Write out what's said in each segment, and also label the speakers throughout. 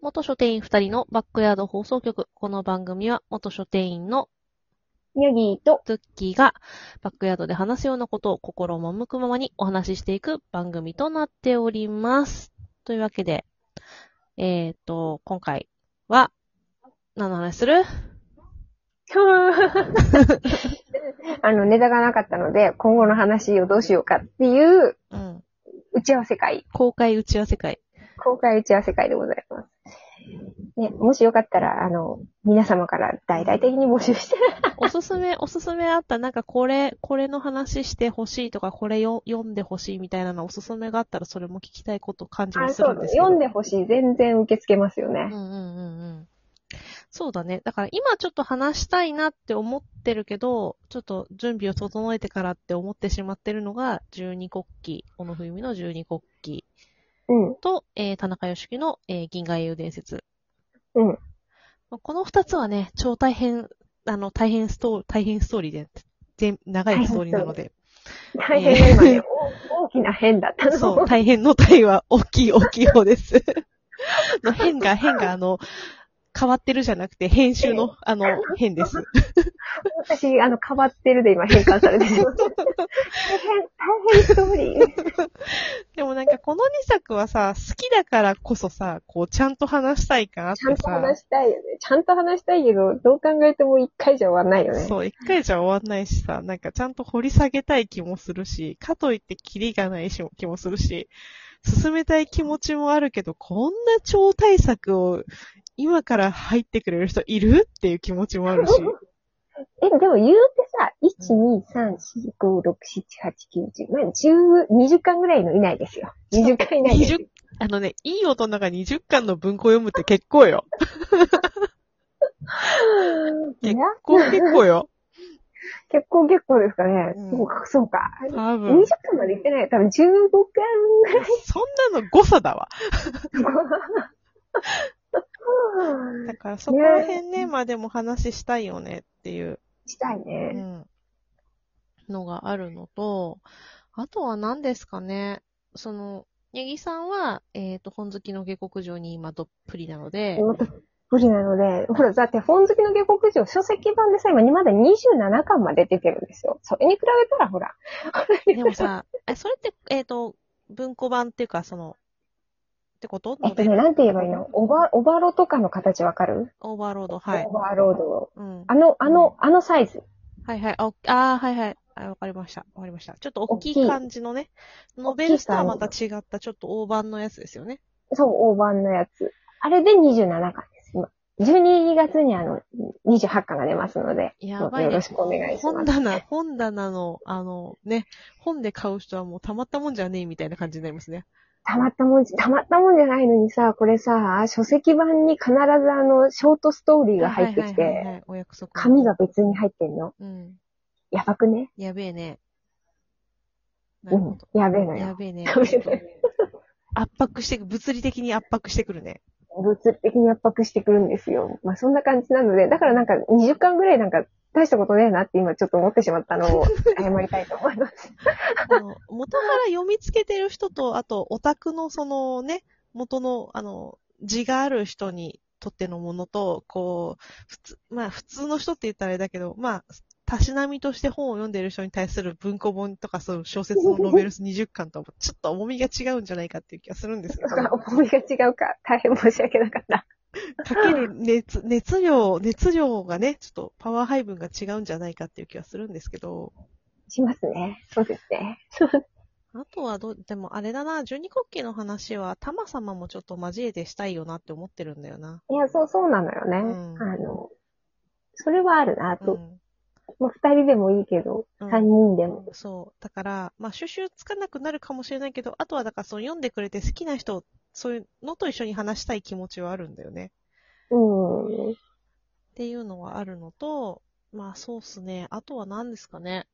Speaker 1: 元書店員二人のバックヤード放送局。この番組は元書店員の
Speaker 2: ヤギーと、
Speaker 1: ズッキーがバックヤードで話すようなことを心も向くままにお話ししていく番組となっております。というわけで、えっ、ー、と、今回は何の話する
Speaker 2: あの、ネタがなかったので、今後の話をどうしようかっていう
Speaker 1: うん。
Speaker 2: 打ち合わせ会、
Speaker 1: 公開打ち合わせ会。
Speaker 2: 公開打ち合わせ会でございます。ね、もしよかったら、あの、皆様から大々的に募集 して、
Speaker 1: おすすめ、おすすめあった、なんかこれ、これの話してほしいとか、これよ読んでほしいみたいなのおすすめがあったら、それも聞きたいこと感じもするんですけど。
Speaker 2: 読んでほしい。全然受け付けますよ
Speaker 1: うん
Speaker 2: ね。
Speaker 1: うんうんうん。そうだね。だから今ちょっと話したいなって思ってるけど、ちょっと準備を整えてからって思ってしまってるのが、十二国旗、小野冬美の十二国旗
Speaker 2: うん。
Speaker 1: と、えー、田中良樹の、えー銀河英雄伝説。
Speaker 2: うん。
Speaker 1: まあこの二つはね、超大変、あの、大変ストーリー、大変ストーリーで、全、長いストーリーなので、
Speaker 2: 大変な今ね、お大きな変だ ったの。
Speaker 1: そう、大変の体は大きい大きい方です。 の変が、変が、あの、変わってるじゃなくて、編集の、あの、変です。
Speaker 2: 私、あの、変わってるで今変換されてしま った。大変、大変ストーリー。
Speaker 1: でもなんかこの2作はさ、好きだからこそさ、こうちゃんと話したい感あっ
Speaker 2: ちゃん
Speaker 1: て
Speaker 2: と
Speaker 1: さ、
Speaker 2: 話したいよね。ちゃんと話したいけど、どう考えても一回じゃ終わんないよね。
Speaker 1: そう、一回じゃ終わんないしさ、なんかちゃんと掘り下げたい気もするし、かといってキリがないし気もするし、進めたい気持ちもあるけど、こんな超大作を今から入ってくれる人いるっていう気持ちもあるし。
Speaker 2: え、でも言うてさ、1,2,3,4,5,6,7,8,9,10まあ、10、20巻ぐらいの以内ですよ。20巻以内です。
Speaker 1: 20、あのね、いい大人が20巻の文庫を読むって結構よ。
Speaker 2: いや
Speaker 1: 結構結構よ。
Speaker 2: 結構結構ですかね。
Speaker 1: うん
Speaker 2: そうか、そうか。
Speaker 1: 多
Speaker 2: 20
Speaker 1: 分。
Speaker 2: 巻までいってない。多分15巻ぐらい
Speaker 1: そんなの誤差だわ。
Speaker 2: とか。
Speaker 1: だからそこら辺ね、まあでも話したいよねっていう、
Speaker 2: したいうね。
Speaker 1: ん、のがあるのと、あとは何ですかね。その、ネギさんは、えっ、と、本好きの下克上に今どっぷりなので、
Speaker 2: もっと不利なので、ほら、だって本好きの下克上、書籍版でさ、今まだ27巻まで出てるんですよ。それに比べたら、ほら。
Speaker 1: でもさ、え、それって、えっ、と、文庫版っていうか、その、ってこと
Speaker 2: えっとね、なんて言えばいいのオバ、オバロとかの形わかる
Speaker 1: オーバーロード、はい
Speaker 2: オ。バーロード。
Speaker 1: うん。
Speaker 2: あの、あの、あのサイズ。
Speaker 1: はいはい。あ、おあーはいはい。あわかりました。わかりました。ちょっと大きい
Speaker 2: 大きい
Speaker 1: 感じのね。ノベルスとはまた違った、ちょっと大判のやつですよね。
Speaker 2: そう、大判のやつ。あれで27巻です、今。12月にあの、28巻が出ますので、
Speaker 1: やばいね
Speaker 2: よろしくお願いしま
Speaker 1: 本
Speaker 2: す。
Speaker 1: 棚、本棚の、あの、ね、本で買う人はもうたまったもんじゃねえみたいな感じになりますね。
Speaker 2: たまったもんじ、たまったもんじゃないのにさ、これさ、書籍版に必ずあの、ショートストーリーが入ってき
Speaker 1: はいはいはい
Speaker 2: て、
Speaker 1: はい、お約束。
Speaker 2: 紙が別に入ってんの
Speaker 1: うん。
Speaker 2: やばくね
Speaker 1: やべえね。な
Speaker 2: う
Speaker 1: るほ
Speaker 2: ん
Speaker 1: ど。。
Speaker 2: やべえの
Speaker 1: や
Speaker 2: よ。
Speaker 1: べえね。
Speaker 2: やべえのよ
Speaker 1: 圧迫してく、物理的に圧迫してくるね。
Speaker 2: 物理的に圧迫してくるんですよ。まあそんな感じなので、だからなんか20巻ぐらいなんか大したことねえなって今ちょっと思ってしまったのを謝りたいと思います。
Speaker 1: あの、元から読みつけてる人と、あと、オタクのそのね、元の、あの、字がある人にとってのものと、こう、普通、まあ、普通の人って言ったらあれだけど、まあ、たしなみとして本を読んでる人に対する文庫本とか、その小説のノベルス20巻とは、ちょっと重みが違うんじゃないかっていう気がするん ですけど、
Speaker 2: あ思いが違うか、大変申し訳なかった。
Speaker 1: かける熱、熱量、熱量がね、ちょっとパワー配分が違うんじゃないかっていう気がするんですけど、
Speaker 2: しますね。そうですね。
Speaker 1: あとはどう、でもあれだな、十二国旗の話は、タマ様もちょっと交えてしたいよなって思ってるんだよな。
Speaker 2: いや、そう、そうなのよね。
Speaker 1: うん
Speaker 2: あの、それはあるな
Speaker 1: う
Speaker 2: と。
Speaker 1: ん。
Speaker 2: まあ二人でもいいけど、
Speaker 1: うん
Speaker 2: 三人でも。
Speaker 1: そう。だから、まあ、収集つかなくなるかもしれないけど、あとはだから、その読んでくれて好きな人、そういうのと一緒に話したい気持ちはあるんだよね。
Speaker 2: うん。
Speaker 1: っていうのはあるのと、まあ、そうっすね。あとは何ですかね。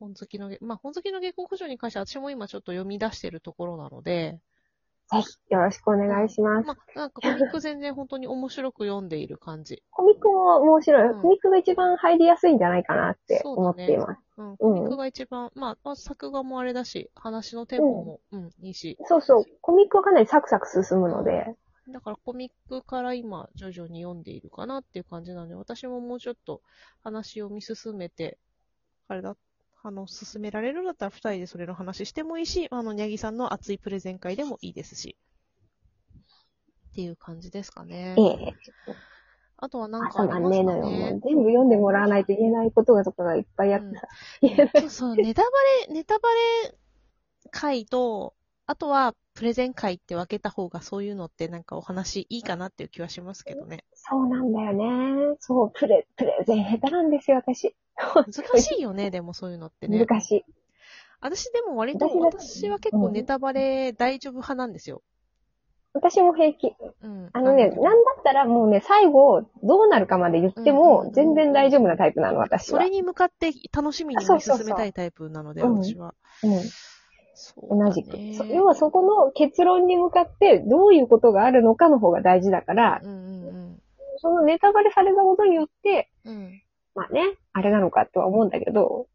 Speaker 1: 本好きの下、まあ、本好きの下克上に関しては、私も今ちょっと読み出してるところなので、
Speaker 2: ぜひ、よろしくお願いします。
Speaker 1: まあ、なんかコミック全然本当に面白く読んでいる感じ。
Speaker 2: コミックも面白い。
Speaker 1: うん
Speaker 2: コミックが一番入りやすいんじゃないかなって思っています。
Speaker 1: うん、
Speaker 2: う
Speaker 1: コ
Speaker 2: ん
Speaker 1: ミックが一番、まあまあ、作画もあれだし、話のテンポも、うん、いいし。
Speaker 2: そうそう。コミックはかなりサクサク進むので、
Speaker 1: だからコミックから今徐々に読んでいるかなっていう感じなので、私ももうちょっと話を見進めて、あれだ、あの、進められるんだったら二人でそれの話してもいいし、あの、にゃぎさんの熱いプレゼン会でもいいですし。っていう感じですかね
Speaker 2: え。え。
Speaker 1: あとはなんか
Speaker 2: 朝
Speaker 1: ありますか、
Speaker 2: な
Speaker 1: ね。
Speaker 2: んねえのよ。もう全部読んでもらわないと言えないことがとかがいっぱいあってさ。言えない
Speaker 1: そうそう、ネタバレ、ネタバレ会と、あとはプレゼン会って分けた方がそういうのってなんかお話いいかなっていう気はしますけどね。
Speaker 2: そうなんだよね。そう、プレ、プレゼン下手なんですよ、私。
Speaker 1: 難しいよ ね、でもそういうのってね。
Speaker 2: 難しい。
Speaker 1: 私でも割と、私は結構ネタバレ大丈夫派なんですよ。
Speaker 2: 私も平気。
Speaker 1: うん。
Speaker 2: あのね、なんだったらもうね、最後、どうなるかまで言って
Speaker 1: うんうんう
Speaker 2: も
Speaker 1: ん、
Speaker 2: 全然大丈夫なタイプなの、私
Speaker 1: そ
Speaker 2: は。
Speaker 1: れに向かって楽しみに
Speaker 2: そ
Speaker 1: 見
Speaker 2: うそうそう
Speaker 1: 進めたいタイプなので、
Speaker 2: うん
Speaker 1: 私は。
Speaker 2: うん。
Speaker 1: そうだね
Speaker 2: 同じく。そ要はそこの結論に向かって、どういうことがあるのかの方が大事だから、
Speaker 1: うんうん
Speaker 2: そのネタバレされたことによって、
Speaker 1: うん。うん。
Speaker 2: まあね、あれなのかとは思うんだけど、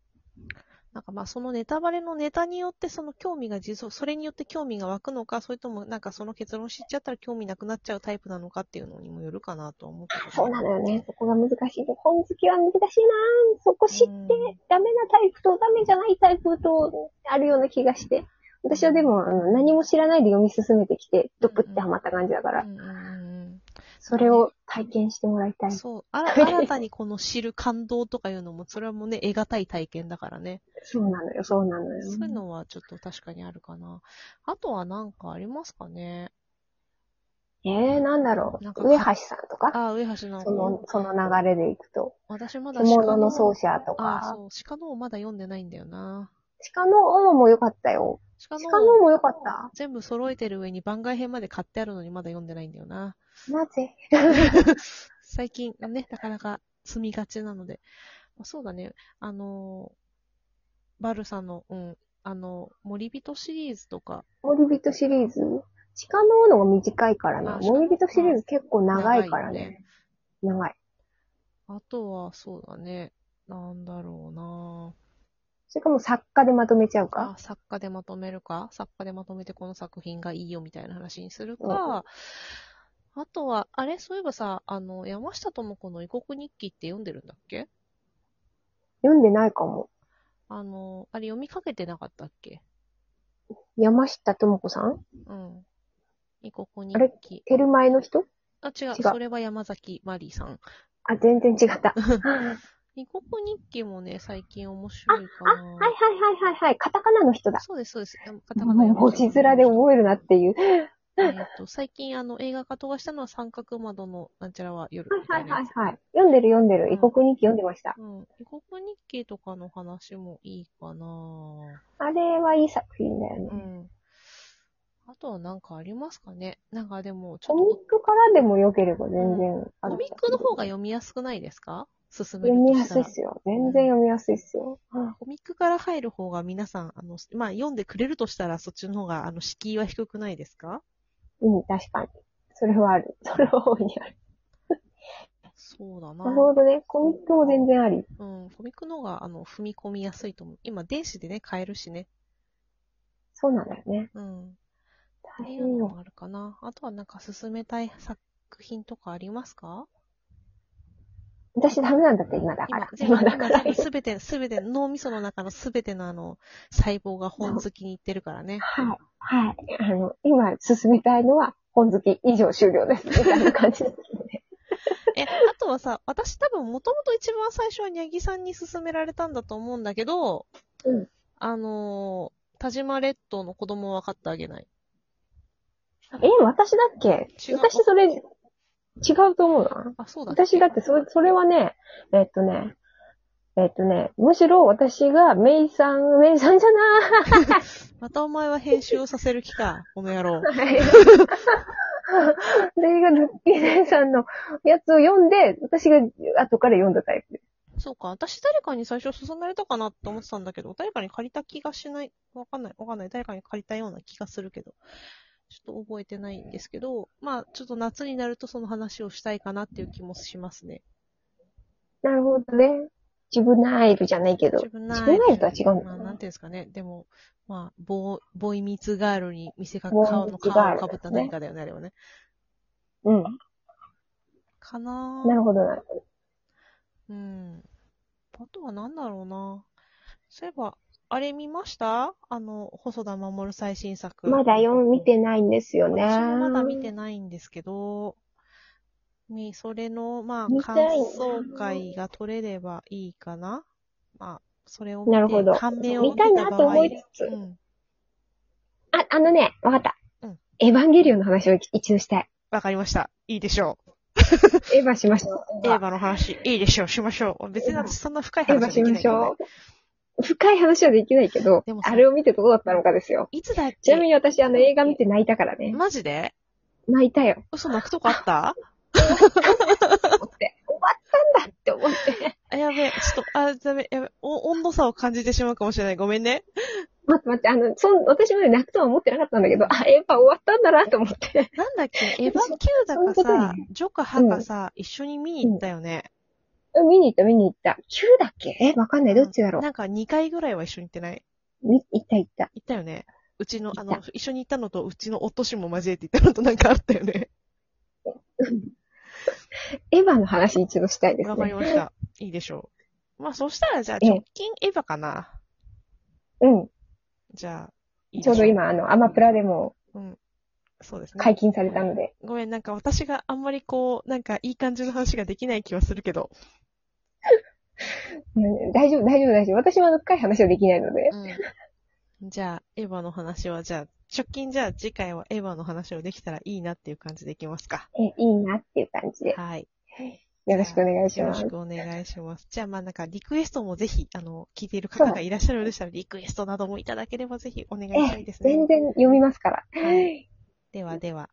Speaker 1: なんかまあそのネタバレのネタによってその興味が持続、それによって興味が湧くのか、それともなんかその結論知っちゃったら興味なくなっちゃうタイプなのかっていうのにもよるかなとは思って
Speaker 2: そうなのよね。そこが難しい。本好きは難しいなそこ知って、ダメなタイプとダメじゃないタイプとあるような気がして。私はでも、あの何も知らないで読み進めてきて、ドクってハマった感じだから、
Speaker 1: うんうんうん
Speaker 2: それを体験してもらいた
Speaker 1: う
Speaker 2: い
Speaker 1: ん。。そう。 あら新たにこの知る感動とかいうのも、それはもうね、得難い体験だからね。
Speaker 2: そうなのよ、そうなのよ。
Speaker 1: そういうのはちょっと確かにあるかな。あとはなんかありますかね。
Speaker 2: えー、なんだろ
Speaker 1: なんか
Speaker 2: う。上橋さんとか
Speaker 1: あ、上橋直
Speaker 2: そ
Speaker 1: 子
Speaker 2: の、。その流れでいくと。
Speaker 1: 私まだ
Speaker 2: 着物の奏
Speaker 1: の
Speaker 2: 者と
Speaker 1: あ、
Speaker 2: か。
Speaker 1: そう。鹿の王まだ読んでないんだよな。
Speaker 2: 鹿の王も良かったよ。
Speaker 1: 鹿の
Speaker 2: 鹿の
Speaker 1: 王
Speaker 2: 王も良かった。
Speaker 1: 全部揃えてる上に番外編まで買ってあるのにまだ読んでないんだよな。
Speaker 2: なぜ
Speaker 1: 最近ね、なかなか積みがちなので。まあそうだね、あのーバルサの、うん、あの、森人シリーズとか、
Speaker 2: 森人シリーズ鹿の王のが短いから
Speaker 1: あ
Speaker 2: な。
Speaker 1: 鹿
Speaker 2: 森人シリーズ結構長いから
Speaker 1: 長いよ
Speaker 2: ね。長い。
Speaker 1: あとはそうだね、なんだろうな
Speaker 2: それかもう作家でまとめちゃう
Speaker 1: あ
Speaker 2: か。
Speaker 1: 作家でまとめるか作家でまとめてこの作品がいいよみたいな話にする
Speaker 2: うんう
Speaker 1: か、あとは、あれそういえばさ、あの、山下智子の異国日記って読んでるんだっけ
Speaker 2: 読んでないかも。
Speaker 1: あの、あれ読みかけてなかったっけ
Speaker 2: 山下智子さん
Speaker 1: うん。異国
Speaker 2: あ
Speaker 1: 日
Speaker 2: れ
Speaker 1: 記。
Speaker 2: テル前の人
Speaker 1: あ、違う。
Speaker 2: 違う
Speaker 1: それは山崎まりさん。
Speaker 2: あ、全然違 った。はい
Speaker 1: 異国日記もね、最近面白いかな。
Speaker 2: はいはいはいはい。カタカナの人だ。
Speaker 1: そうです、そうです。カタカナ
Speaker 2: もう文字面で覚えるなっていう。
Speaker 1: えーっと、最近、あの、映画化とかしたのは三角窓のなんちゃらは夜みた
Speaker 2: はい
Speaker 1: い
Speaker 2: は
Speaker 1: な
Speaker 2: いは
Speaker 1: や
Speaker 2: い
Speaker 1: つ。
Speaker 2: はい。読んでる読んで
Speaker 1: う
Speaker 2: る。
Speaker 1: ん
Speaker 2: 異国日記読んでました。
Speaker 1: うん。異国日記とかの話もいいかな
Speaker 2: あれはいい作品だよ
Speaker 1: う
Speaker 2: ね。
Speaker 1: ん。あとはなんかありますかねなんかでも、ち
Speaker 2: コミ
Speaker 1: ょっ
Speaker 2: ックからでも良ければ全然あ
Speaker 1: と、コ
Speaker 2: る
Speaker 1: ミックの方が読みやすくないですか進め
Speaker 2: 読
Speaker 1: る
Speaker 2: み
Speaker 1: と
Speaker 2: や
Speaker 1: した
Speaker 2: すい
Speaker 1: ら
Speaker 2: っ。すよ。全然読みやすいっすよ。
Speaker 1: コミックから入る方が皆さん、あの、まあ、読んでくれるとしたら、そっちの方が、あの、敷居は低くないですか
Speaker 2: うん、確かに。それはある。 それは大いにある。
Speaker 1: そうだな
Speaker 2: なる。ほどね。コミックも全然あり。
Speaker 1: うん、コミックの方が、あの、踏み込みやすいと思う。今、電子でね、買えるしね。
Speaker 2: そうなんだよね。
Speaker 1: うん。っ
Speaker 2: 大
Speaker 1: てい
Speaker 2: 変
Speaker 1: うの
Speaker 2: よ。
Speaker 1: もあるかな。あとはなんか進めたい作品とかありますか
Speaker 2: 私ダメなんだって、今だか
Speaker 1: 今
Speaker 2: ら、。
Speaker 1: 全部、
Speaker 2: 今だから
Speaker 1: 今全。部すべて、すべて、脳みその中のすべてのあの、細胞が本好きにいってるからね。
Speaker 2: はい。はい。あの、今進めたいのは、本好き以上終了です。みたいな感 じですね。
Speaker 1: え、あとはさ、私多分もともと一番最初はニャギさんに勧められたんだと思うんだけど、
Speaker 2: うん
Speaker 1: あのー、田島列島の子供は分かってあげない。
Speaker 2: え、私だっけ
Speaker 1: 違う
Speaker 2: 私それ、違うと思うな。
Speaker 1: あ、そうだっけ
Speaker 2: 私だってそれ、それはね、えっとね、えっとね、むしろ私が、メイさん、メイさんじゃな
Speaker 1: またお前は編集をさせる気か、この野郎。
Speaker 2: ーい。私がルッキーメイさんのやつを読んで、私が後から読んだタイプです。
Speaker 1: そうか、私誰かに最初勧められたかなって思ってたんだけど、誰かに借りた気がしない。わかんない、わかんない。誰かに借りたような気がするけど、ちょっと覚えてないんですけど、まあ、ちょっと夏になるとその話をしたいかなっていう気もしますね。
Speaker 2: なるほどね。自分ナイルじゃないけど。
Speaker 1: 自分な
Speaker 2: 自分ナイルとは違うんだ
Speaker 1: まあ、
Speaker 2: よ
Speaker 1: なん
Speaker 2: ね。
Speaker 1: ていうんですかね。でも、まあ、ボー、ボーイミーツガールに見せかけ、
Speaker 2: ボーイ
Speaker 1: 顔の
Speaker 2: ミーツガール
Speaker 1: 顔をかぶった何かだよね、あれはね。
Speaker 2: うん。
Speaker 1: かな
Speaker 2: なるほど、なるほど。
Speaker 1: うん。あとは何だろうな。そういえば、あれ見ましたあの、細田守最新作。
Speaker 2: まだ4見てないんですよね。
Speaker 1: 私もまだ見てないんですけど、ね、それの、ま
Speaker 2: 見
Speaker 1: あ、
Speaker 2: た
Speaker 1: 感
Speaker 2: いな
Speaker 1: 想会が取れればいいかな。まあ、それを見
Speaker 2: なるほど
Speaker 1: て、感銘を
Speaker 2: 見たいなと思いつつ
Speaker 1: うん。
Speaker 2: あ、あのね、わかった。
Speaker 1: うん
Speaker 2: エヴァンゲリオンの話を一度したい。
Speaker 1: わかりました。いいでしょ
Speaker 2: エヴァしましょ
Speaker 1: う。
Speaker 2: う。
Speaker 1: エヴァの話、いいでしょう。しましょう。別に私そんな深い
Speaker 2: エ
Speaker 1: 話
Speaker 2: ヴ
Speaker 1: は
Speaker 2: ァ
Speaker 1: で
Speaker 2: し
Speaker 1: きない
Speaker 2: ま
Speaker 1: け
Speaker 2: し
Speaker 1: ど、ね
Speaker 2: ょ。う。深い話はできないけど
Speaker 1: でも、さ
Speaker 2: あれを見てどうだったのかですよ。
Speaker 1: いつだっけ
Speaker 2: ちなみに私、あの映画見て泣いたからね。
Speaker 1: マジで
Speaker 2: 泣いたよ。
Speaker 1: 嘘泣くとこあった
Speaker 2: って、終わったんだって思って。
Speaker 1: あやべえ、ちょっと、あ、ダメ、やべえ、お温度差を感じてしまうかもしれない。ごめんね。
Speaker 2: 待って待って、あの、そん、私まで泣くとは思ってなかったんだけど、あ、エヴァ終わったんだなと思って。
Speaker 1: なんだっけ、エヴァ Q だ
Speaker 2: そうい
Speaker 1: か
Speaker 2: うこと
Speaker 1: さ
Speaker 2: ね、
Speaker 1: ジョかハかさ、一緒に見に行ったよね。
Speaker 2: うん 見に行った、見に行った。9だっけえ、わかんない。どっちだろう。
Speaker 1: なんか2回ぐらいは一緒に行ってない
Speaker 2: み行った行った。
Speaker 1: 行ったよね。うちの、
Speaker 2: 行
Speaker 1: あ
Speaker 2: った
Speaker 1: の、一緒に行ったのと、うちのお年も交えて行ったのとなんかあったよね。
Speaker 2: エヴァの話一度したいです
Speaker 1: わかり
Speaker 2: ね。
Speaker 1: ました。いいでしょう。まあ、そしたらじゃあ、直近エヴァかな。
Speaker 2: うん。
Speaker 1: じゃあ、いいで
Speaker 2: ちょうど
Speaker 1: しょ
Speaker 2: 今、あの、アマプラでも
Speaker 1: う。うん。そうです
Speaker 2: 解
Speaker 1: ね。
Speaker 2: 禁されたので。
Speaker 1: ごめん、なんか私があんまりこう、なんかいい感じの話ができない気はするけど。
Speaker 2: うん大丈夫、大丈夫、大丈夫。私もあの、深い話はできないので。
Speaker 1: うん。 じゃあ、エヴァの話は、じゃあ、直近じゃあ次回はエヴァの話をできたらいいなっていう感じでいきますか。
Speaker 2: え、いいなっていう感じで。
Speaker 1: はい。
Speaker 2: よろしくお願いし
Speaker 1: よ
Speaker 2: ま
Speaker 1: ろ
Speaker 2: す
Speaker 1: し。くお願いします。じゃあ、まあなんか、リクエストもぜひ、あの、聞いている方がいらっしゃるようでしたら、リクエストなどもいただければぜひお願いしたいですね
Speaker 2: 全。然読みますから。
Speaker 1: はいではでは。